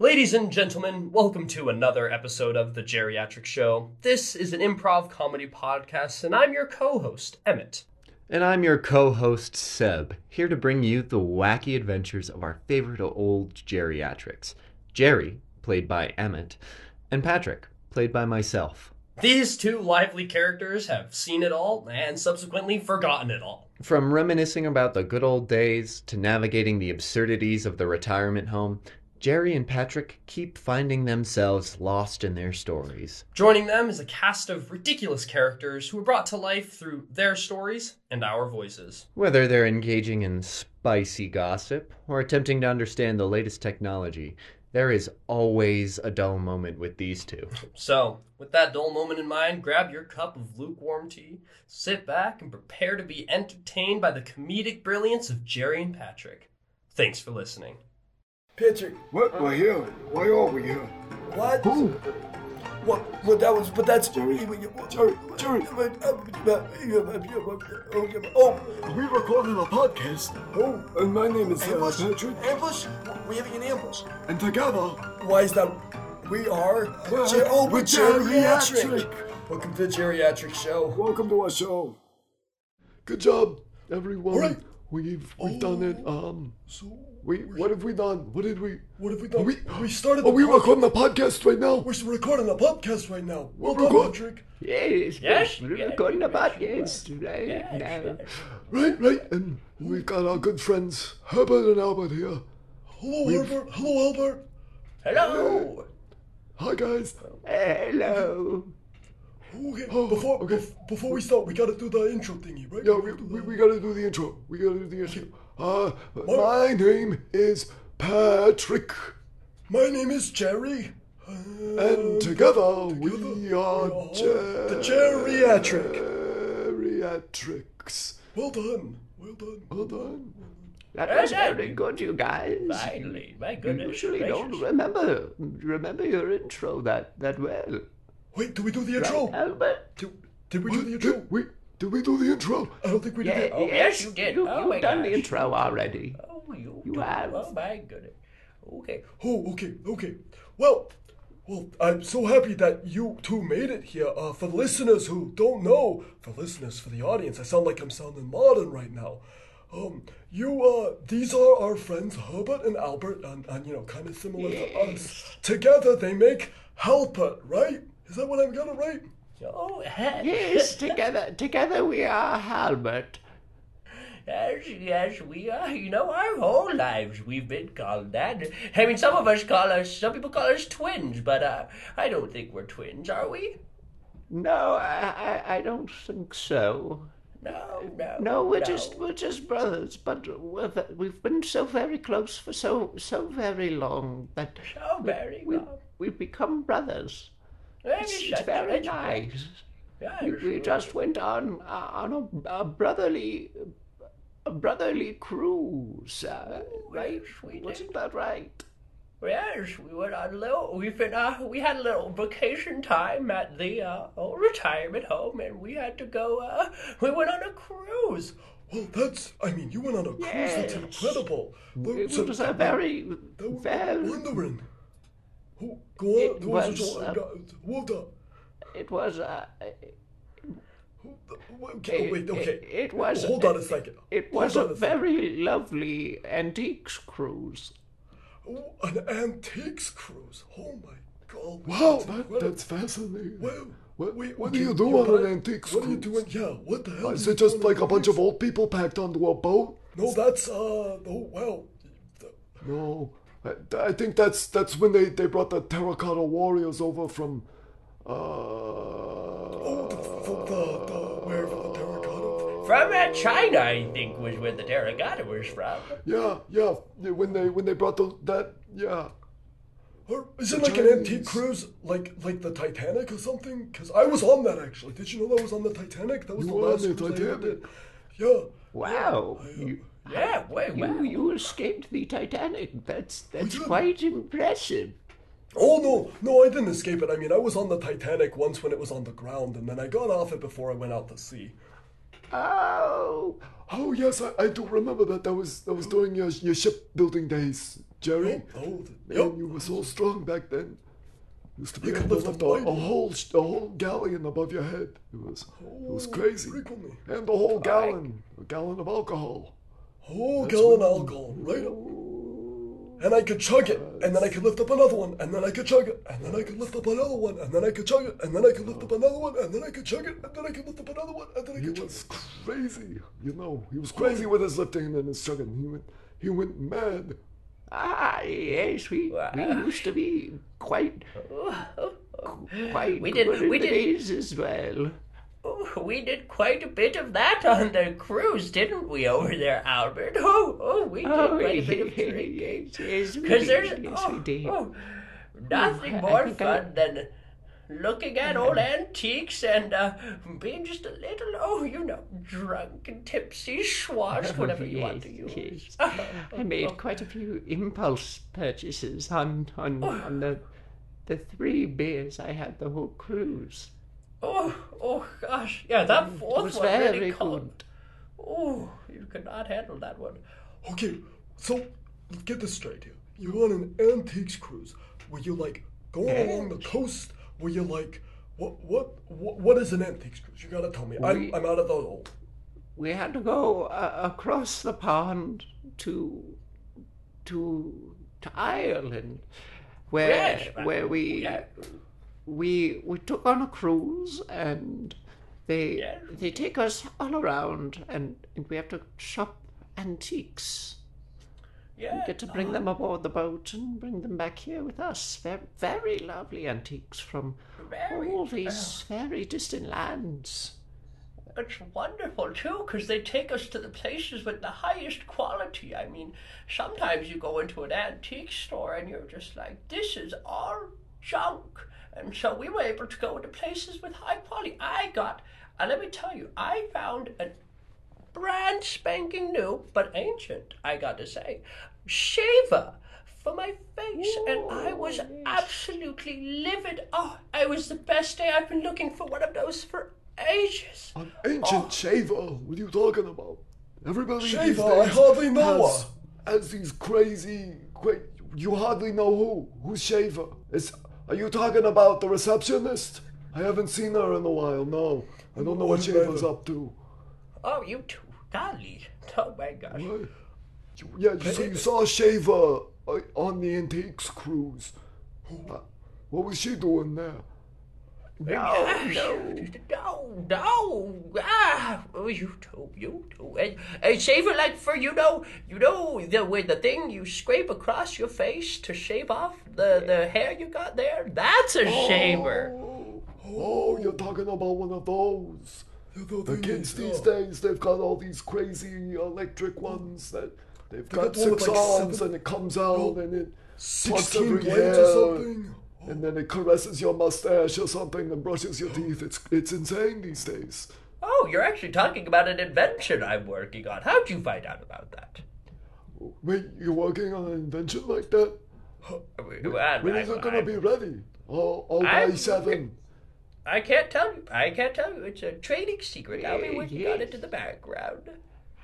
Ladies and gentlemen, welcome to another episode of The Geriatric Show. This is an improv comedy podcast, and I'm your co host, Emmett. And I'm your co host, Seb, here to bring you the wacky adventures of our favorite old geriatrics Jerry, played by Emmett, and Patrick, played by myself. These two lively characters have seen it all and subsequently forgotten it all. From reminiscing about the good old days to navigating the absurdities of the retirement home, Jerry and Patrick keep finding themselves lost in their stories. Joining them is a cast of ridiculous characters who are brought to life through their stories and our voices. Whether they're engaging in spicy gossip or attempting to understand the latest technology, there is always a dull moment with these two. So, with that dull moment in mind, grab your cup of lukewarm tea, sit back, and prepare to be entertained by the comedic brilliance of Jerry and Patrick. Thanks for listening. Patrick, What were you? Why are we here? what? What? What? That was. But that's Jerry. Jerry. Jerry. uh, Oh, We recorded a podcast, oh. and my name is uh, Ambush! Patrick, Ambush! We're having an ambush. and together Why is that? We are. We're- Jer- oh, we're we're geriatric. geriatric. Welcome to the geriatric show. welcome to our show. Good job, everyone. All right. We've we've done it. Oh, Um, So, we what have we done? What did we? what have we Are done? we, started. Are we recording the podcast right now? We're recording a podcast right now. We're record- Yes, Yes, we're yes, recording yes, about yes, Right, right. And we've got our good friends Herbert and Albert here. Hello, Herbert. Hello, Albert. Hello! Hi, guys. Hello. Oh, Before, okay. bef- before we start, we gotta do the intro thingy, right? Yeah, we, we, we gotta do the intro. We gotta do the intro. Uh, my name is Patrick, Uh, My name is Jerry. and together we are The geriatric. geriatrics. Well done. Well done. Well done. That was very good, you guys. Finally, my goodness. gracious. remember remember your intro that that well. Wait, did we do the intro? Albert. Did, did we do the Wait, intro? did, wait, did we do the intro? I don't think we did. Oh, yes, you did. Oh my gosh. intro already. Oh, you, You do- have. Oh, my goodness. Okay. Oh, okay, okay. Well, well, I'm so happy that you two made it here. Uh, for the listeners who don't know, for listeners, for the audience, I sound like I'm sounding modern right now. Um, you, uh, these are our friends Herbert and Albert, and, and you know, kind of similar to us. Together, they make Halpert, right? Is that what I'm gonna write? Oh, yes. Yes, together, together we are Halbert. Yes, yes, we are. You know, our whole lives we've been called that. I mean, some of us call us, some people call us twins, but uh, I don't think we're twins, are we? No, I, I, I don't think so. No, no. No, we're just we're just brothers, but we're, ve- we've been so very close for so so very long that So very we, well. we've become brothers. Very It's, it's such- very such- nice. yes, We just went on on a, a brotherly a brotherly cruise, uh, right? yes, we Wasn't that right? Yes, we went on a little. We've been uh, we had a little vacation time at the uh, old retirement home, and we had to go. Uh, we went on a cruise. Well, that's. I mean, you went on a cruise. Yes. That's incredible. But- It so- was a very very wondering. Who? Go on. It there was a- was, uh, well done. It was a. Okay, wait, okay. It, it was. Hold on a second. It was Hold a on second. very lovely antiques cruise. Oh, an antiques cruise. Oh my god. Wow, that, incredible. that's fascinating. Well, what, wait, what okay, do you do you on gotta- an antiques What are you cruise? doing? Yeah, what the hell? Is do you it do just on like a bunch of cruise? old people packed onto a boat? No, that's, uh, oh, well. the- No, I, I think that's that's when they, they brought the terracotta warriors over from. Uh, oh, The, the, the, the, wherever the terracotta. From uh, China, I think, was where the terracotta was from. yeah, yeah. When they when they brought the, that yeah. Or is it The like an antique Chinese. cruise, like like the Titanic or something? Because I was on that actually. Did you know that I was on the Titanic? That was You the were on last the cruise I ever Titanic? did. Yeah. Wow. You, Yeah, wait, you, wow. you escaped the Titanic. That's that's did. quite impressive. Oh no, no, I didn't escape it. I mean, I was on the Titanic once when it was on the ground, and then I got off it before I went out to sea. Oh. Oh yes, I, I do remember that. That was that was during your your shipbuilding days, Jerry. Oh, the- Man, yep. you were so strong back then. Used to be You able could to lift lift a a, a mighty- whole sh- a whole galleon above your head. It was it was Oh, crazy. frequently. And a whole gallon, a gallon of alcohol. Whole gallon alcohol, right up. And I could chug it, and then I could lift up another one, and then I could chug it, and then I could lift up another one, and then I could chug it, and then I could lift up another one, and then I could chug it, and then I could lift up another one, and then I He could chug was it. crazy. You know, he was crazy with his lifting and his chugging. He went he went mad. Ah, yes, we, we used to be quite quite We did- good in we the did- days as well. Oh, we did quite a bit of that on the cruise, didn't we, over there, Albert? Oh, oh, we did Oh, quite a bit of drinking. yes, yes, we Because did. there's yes, oh, we did. oh, nothing I- I more think I- Um, fun than looking at old antiques and uh, being just a little, oh, you know, drunk and tipsy, schwashed, whatever you want to Oh, Yes, use. yes. I made quite a few impulse purchases on on, Oh. on the the three beers I had the whole cruise. Oh, oh gosh, yeah, that Mm, It fourth was one very really caught. good. Oh, you could not handle that one. Okay, so let's get this straight here. You're on an antiques cruise. Were you like going along the coast? Were you like, what, what, what, what is an antiques cruise? You gotta tell me. I'm, We- I'm out of the hole. We had to go uh, across the pond to to to Ireland, where Yes, but- where we yeah. we we took on a cruise and they Yes. they take us all around and, and we have to shop antiques. Yeah. Get to bring them aboard the boat and bring them back here with us. They're very lovely antiques from Very. all these very distant lands. It's wonderful too, 'cause they take us to the places with the highest quality. I mean, sometimes you go into an antique store and you're just like, this is all junk. And so we were able to go into places with high quality. I got, and let me tell you, I found a brand spanking new, but ancient, I got to say, shaver for my face. and I was absolutely livid. Oh, it was the best day. I've been looking for one of those for ages. An ancient shaver. What are you talking about? Everybody these Oh. Shaver? I days hardly know has, has these crazy, cra- You hardly know who. Who's shaver? Is are you talking about the receptionist? I haven't seen her in a while. No, I don't know what shaver's up to. Oh, you two. Golly. Oh, my gosh. What? You- Yeah, you, so you saw Shaver uh, on the antiques cruise. Uh, What was she doing there? No, no. No, no. Ah, oh, you two, you two. And, and shave it like for, you know, you know, the with the thing you scrape across your face to shave off the, the hair you got there? That's a shaver. Oh, oh, you're talking about one of those. The kids these days, they've got all these crazy electric ones that they've got got one with, six like, arms seven- and it comes out and it plucks 16 every blades hair or something? and then it caresses your mustache or something and brushes your teeth. It's it's insane these days. Oh, you're actually talking about an invention I'm working on. How'd you find out about that? Wait, you're working on an invention like that? I, When is it gonna be ready? Oh, oh by I'm- seven. I can't tell you. I can't tell you. It's a trading secret. I'll be Yeah, working on yes. it in the background.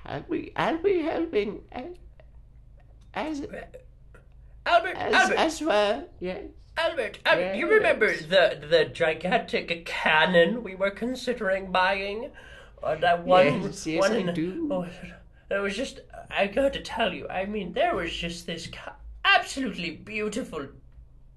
I'll be I'll be helping as as Albert, as, Albert, as well. Yes. Albert, Albert, you Yes. remember the the gigantic cannon we were considering buying? Or that one, Yes, yes, one I in- do. Oh, there was just. I got to tell you. I mean, there was just this ca- absolutely beautiful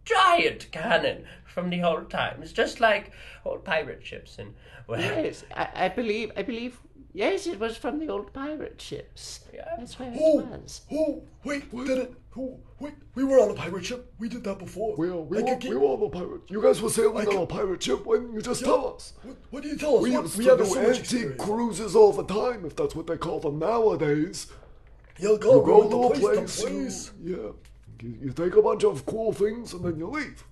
giant cannon from the old times, just like old pirate ships and well, Yes, I, I believe. I believe. Yes, it was from the old pirate ships. Yeah. That's where it Who? was. Who? Wait, did it? Who? Wait, we were on a pirate ship. We did that before. We are, we, I were, could we keep- were on a pirate. You guys were sailing I on could- a pirate ship when you just tell us. What, what do you tell us? We What- used we to have do so much antique experience. cruises all the time, if that's what they call them nowadays. You'll go, You go go to a the place, place, the place. You, yeah. You, you take a bunch of cool things and then you leave.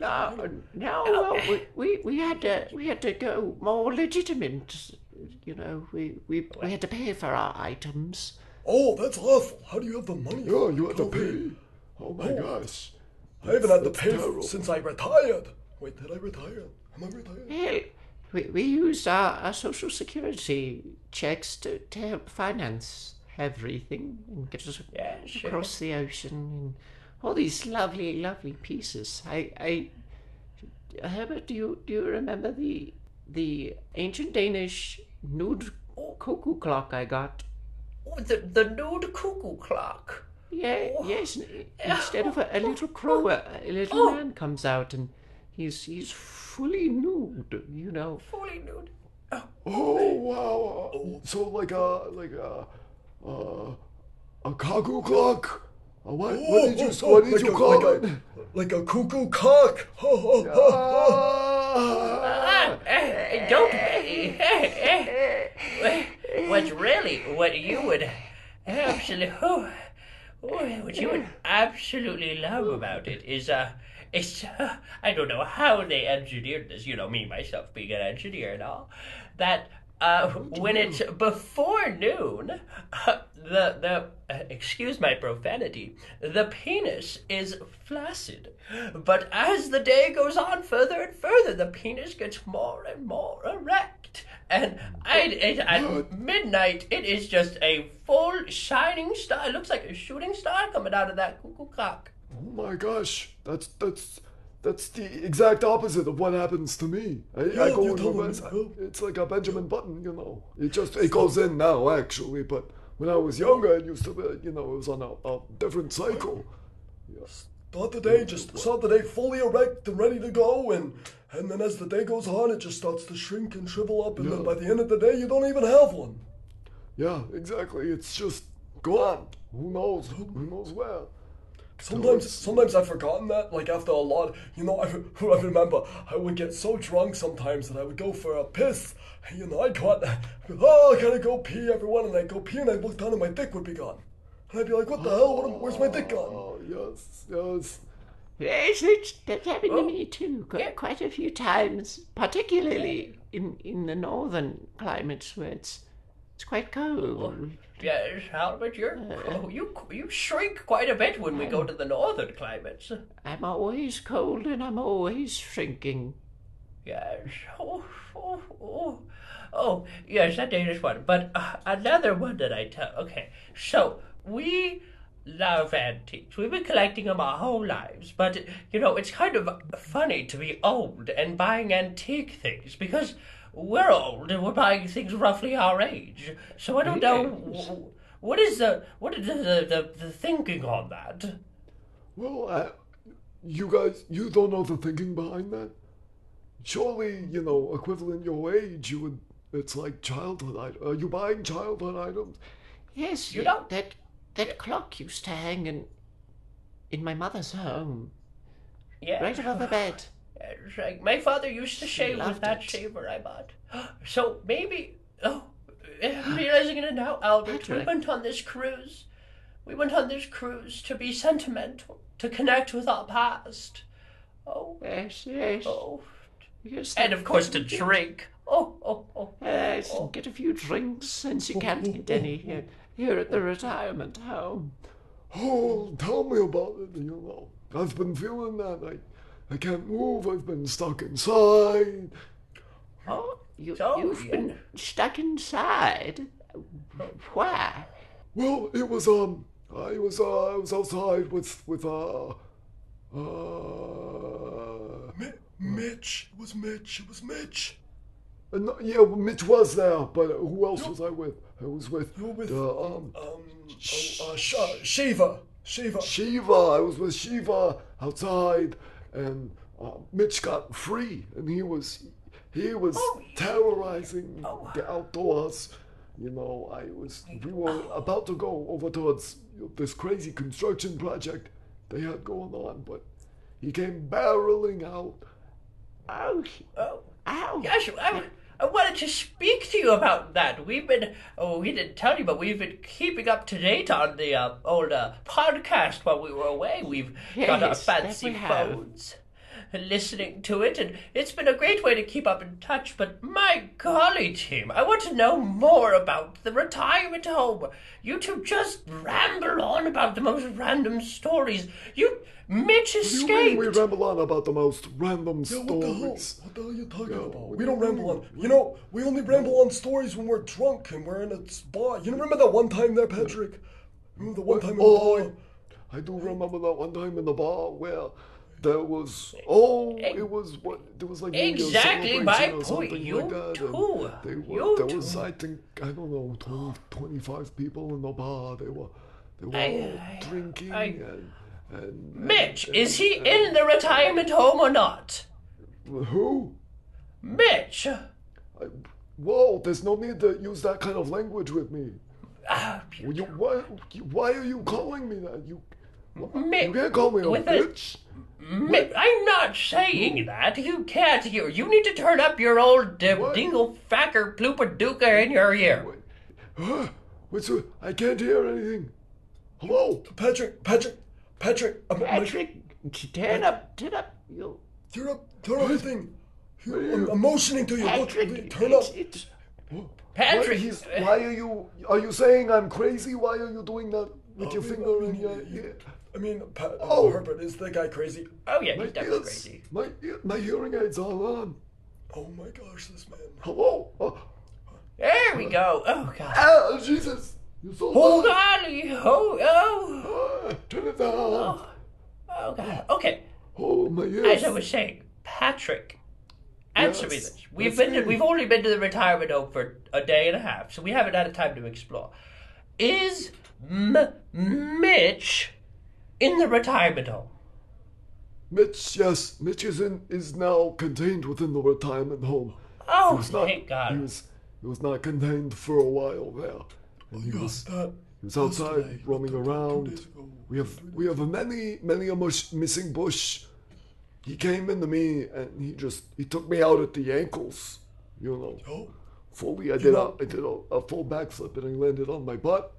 uh, No, no, well, we, we, we had to we had to go more legitimate. You know, we, we, we had to pay for our items. Oh, that's awful. How do you have the money? Yeah, you had to Go pay. pay. Oh my gosh. I haven't had to That's pay terrible. since I retired. Wait, did I retire? Am I retired? Hell, We, we use our, our social security checks to, to help finance everything and get us Yeah, sure. across the ocean and all these lovely, lovely pieces. I, I, Herbert, do you do you remember the the ancient Danish nude cuckoo clock I got? Oh, the, the nude cuckoo clock. Yeah, Oh. yes. n- Instead of a, a little crow, a, a little Oh. man comes out and he's he's fully nude. You know. Fully nude. Oh wow! Uh, So like a like a uh, a cuckoo clock. Uh, what, what did you Oh, oh, oh, what did like you a- call like it? A, like a cuckoo cock. Ho, ho, ho, ho. Ah! Eh, Don't. eh, eh, eh. What's really what you would absolutely, what you would absolutely love about it is uh, it's uh, I don't know how they engineered this. You know me myself being an engineer and all that. Uh, when it's before noon, the the uh, excuse my profanity, the penis is flaccid, but as the day goes on further and further, the penis gets more and more erect. And I, it, at midnight, it is just a full shining star. It looks like a shooting star coming out of that cuckoo cock. Oh my gosh! That's that's that's the exact opposite of what happens to me. I, I Yeah, go you into told me, bed- you- It's like a Benjamin Button, you know. It just it goes in now actually, but when I was younger, it used to be you know it was on a, a different cycle. Start the day, just start the day fully erect and ready to go, and and then as the day goes on, it just starts to shrink and shrivel up, and then by the end of the day, you don't even have one. Yeah, exactly. It's just gone. Who knows? Who knows where? Sometimes, sometimes I've forgotten that. Like after a lot, you know, I, I remember I would get so drunk sometimes that I would go for a piss. And, you know, I'd go out, oh, I gotta go pee, everyone, and I'd go pee, and I'd look down, and my dick would be gone. And I'd be like, what the hell? What, am- where's my dick gone? Oh yes, yes. Yes, it's, that's happened Oh. to me too, qu- quite a few times, particularly in, in the northern climates where it's, it's quite cold. Oh. Yes, Albert, you're, oh, you you shrink quite a bit when we go to the northern climates. I'm always cold and I'm always shrinking. Yes. Oh, oh, oh. oh yes, that dangerous one. But uh, another one that I tell. Okay, so we love antiques. We've been collecting them our whole lives. But, you know, it's kind of funny to be old and buying antique things because we're old and we're buying things roughly our age. So I don't know. w- What is the what is the, the, the, the thinking on that? Well, I, you guys, you don't know the thinking behind that. Surely, you know, equivalent your age, you would. It's like childhood. Item. Are you buying childhood items? Yes, you know- that that clock used to hang in, in my mother's home, Yeah. right above the bed. It's like my father used to shave with loved that it. shaver I bought. So maybe oh I'm realizing it now, Albert. We Patrick. went on this cruise. We went on this cruise to be sentimental, to connect with our past. Oh, Yes, yes. oh. yes And of course to drink. Oh, oh, oh. yes, get a few drinks since you can't get any here, here at the retirement home. Oh, tell me about it. You know, I've been feeling that. I, I can't move. I've been stuck inside. Oh, you, So, you've yeah. been stuck inside. Why? Well, it was um, I was uh, I was outside with with uh, uh, Mi- Mitch, it was Mitch, it was Mitch. and, yeah, Mitch was there, but who else was I with? I was with You were with- uh, um, Um, oh, uh, Sh- uh, Shiva, Shiva. Shiva. I was with Shiva outside, and uh, Mitch got free, and he was he was Oh, terrorizing the outdoors. You know, I was we were Oh. about to go over towards this crazy construction project they had going on, but he came barreling out. Oh, Oh. ow. Gosh, I, I wanted to speak to you about that. We've been, oh, we didn't tell you, but we've been keeping up to date on the uh, old uh, podcast while we were away. We've got our Yes, that fancy we have. phones. listening to it, and it's been a great way to keep up in touch. But my golly, Tim, I want to know more about the retirement home. You two just ramble on about the most random stories. You, Mitch You mean we escaped. ramble on about the most random Yeah, what the hell? stories? What the hell are you talking Yeah, about? what We don't do you ramble on. mean? You know, we only ramble on stories when we're drunk and we're in a spa. You remember that one time there, Patrick? Remember the one time in the Oh, bar? I, I do remember that one time in the bar where there was oh, it was what there was like New Year's Exactly my celebration or point. something You like that. and two. They were, You there was two. I think I don't know 20, 25 people in the bar. They were they were all I- drinking I- and. And, Mitch, and- is he in the retirement home or not? and- who? Mitch, I, whoa! There's no need to use that kind of language with me. ah, Well, you, why, you, why are you calling me that? You, Mi- you can't call me a with a- bitch. Mi- I'm not saying that. You can't hear. You need to turn up your old uh, What? dingle facker ploopadooka in your ear. Huh? What's the- I can't hear anything. Hello? Patrick, Patrick, Patrick, um, uh, my- my- Patrick, turn up, turn up. You, turn up, turn up the thing. You- What are I'm, you- I'm motioning to you. Look, Patrick, turn up. it's, it's, Why, Patrick, he's, uh, why are you? Are you saying I'm crazy? Why are you doing that with your finger in your ear? I mean, Pat, Oh. Herbert, is the guy crazy? oh yeah, My he's definitely ears- crazy. my ear- my hearing aids are on. Oh my gosh, this man. Hello? Oh, There we go. Oh god. ah, Jesus! You're so Oh loud. golly. Oh oh. Ah, turn it down. Oh god. Okay. Oh my ears. As I was saying, Patrick, answer me Yes, this. We've that's been to, me. we've only been to the retirement home for a day and a half, so we haven't had time to explore. Is M- Mitch in the retirement home? Mitch, yes, Mitch is in, is now contained within the retirement home. Oh, was not- thank God. He was he was not contained for a while there. And he was That he was outside yesterday, roaming two- two around. days ago. We have we have a many many a mush, missing bush. He came into me and he just he took me out at the ankles, you know. Oh, Fully, I did a I did a, a full backflip and I landed on my butt.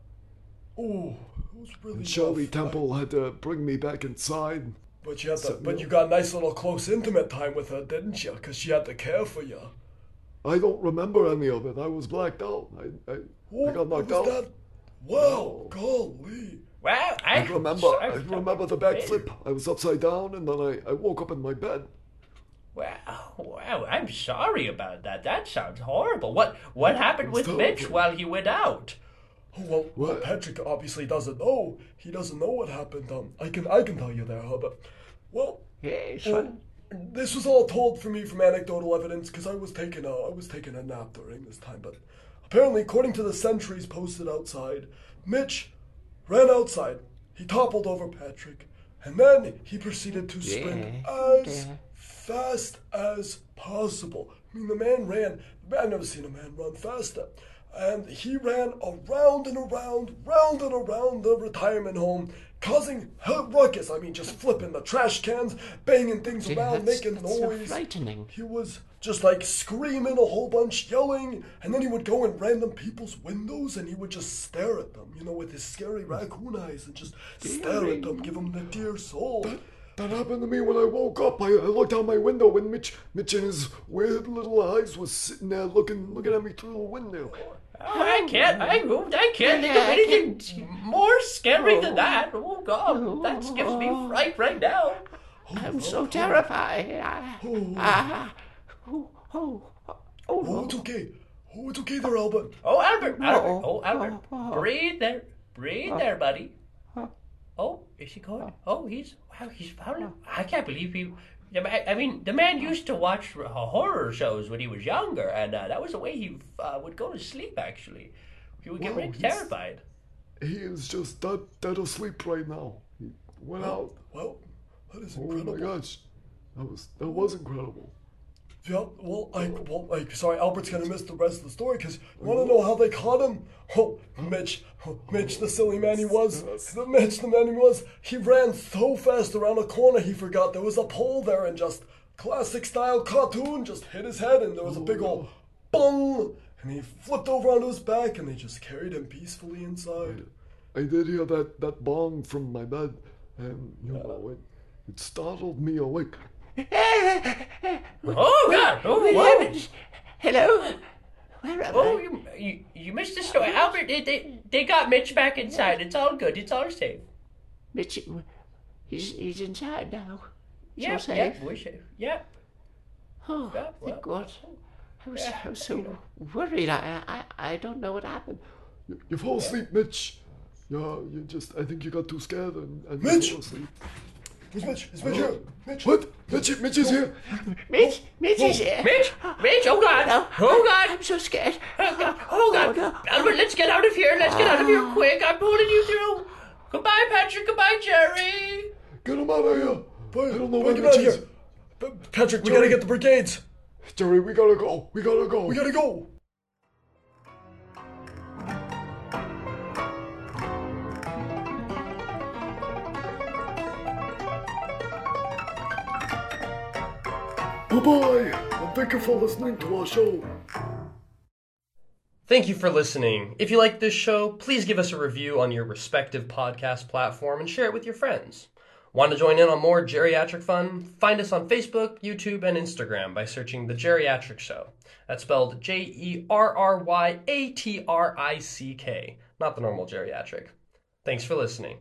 oh, it was really. And Shirley rough. Temple had to bring me back inside. But you had to, So- but you got a nice little close intimate time with her, didn't you? Cause she had to care for you. I don't remember any of it. I was blacked out. I I, I got knocked out. Wow, golly. Wow, I, I remember. I I'm- remember the backflip. I was upside down, and then I, I woke up in my bed. Wow, wow, I'm sorry about that. That sounds horrible. What what happened with Mitch horrible. while he went out? Oh, well, well, What? Patrick obviously doesn't know. He doesn't know what happened. Um, I can I can tell you there, Herbert. Well, hey, son. this was all told for me from anecdotal evidence because I was taking a I was taking a nap during this time. But apparently, according to the sentries posted outside, Mitch ran outside. He toppled over Patrick, and then he proceeded to sprint as fast as possible. I mean, the man ran. I've never seen a man run faster. And he ran around and around, round and around the retirement home, causing hell ruckus. I mean, just flipping the trash cans, banging things around, that's- making that's so noise. frightening. He was just like screaming a whole bunch, yelling, and then he would go in random people's windows and he would just stare at them, you know, with his scary raccoon eyes and just stare at them, give them the dear soul. That happened to me when I woke up. I, I looked out my window, and Mitch, Mitch and his weird little eyes was sitting there looking, looking at me through the window. Oh, I can't. I moved. I can't think of Yeah, I anything more scary than that. Oh God, that gives me fright right now. I'm so terrified. Ah, ah, oh, oh, Oh, oh, oh, it's okay. Oh, it's okay there, Albert. Oh Albert, Albert, No. oh Albert, Oh, oh. breathe there, breathe there, buddy. Oh, is he going? Oh, he's wow, he's found. I can't believe he. the ma- I mean, the man used to watch r- uh, horror shows when he was younger, and uh, that was the way he uh, would go to sleep. Actually, he would get Wow, really he's- terrified. He is just dead, dead asleep right now. He went out. Well, that is Oh my Oh, incredible. gosh, that was that was incredible. Yeah, well, I, well, like, sorry, Albert's gonna miss the rest of the story because you want to know how they caught him? Oh, Mitch, oh, Mitch, the silly man he was, the Mitch, the man he was, he ran so fast around a corner he forgot there was a pole there and just classic style cartoon just hit his head and there was a big old bung and he flipped over onto his back and they just carried him peacefully inside. I did hear that that bong from my bed, and you know it, it startled me awake. Oh, God. Oh, what? Heavens. Hello? Where am Oh, I? you, you, you missed the story. Albert, they, they, they got Mitch back inside. It's all good. It's all safe. Mitch, he's, he's inside now. Yeah, all yeah, safe. we're safe. Yeah. Oh, Yeah, well, thank God. I was, I was so worried. I, I, I don't know what happened. You fall asleep, Mitch. Yeah, you just, I think you got too scared and, and Mitch! you fall asleep. Who's Mitch? Is Mitch here? Mitch? What? Mitch, Mitch is here. Mitch, Mitch is here. Mitch, Mitch, oh, God. Oh, God. I'm so scared. Oh, God. no. Albert, let's get out of here. Let's get out of here quick. I'm pulling you through. Goodbye, Patrick. Goodbye, Jerry. Get him out of here. I don't know where Wait, get Mitch out of is. here. Pa- Patrick, we gotta get the brigades. Jerry, we gotta go. We gotta go. We gotta go. Bye bye. And thank you for listening to our show. Thank you for listening. If you like this show, please give us a review on your respective podcast platform and share it with your friends. Want to join in on more geriatric fun? Find us on Facebook, YouTube, and Instagram by searching The Geriatric Show. That's spelled J E R R Y A T R I C K, not the normal geriatric. Thanks for listening.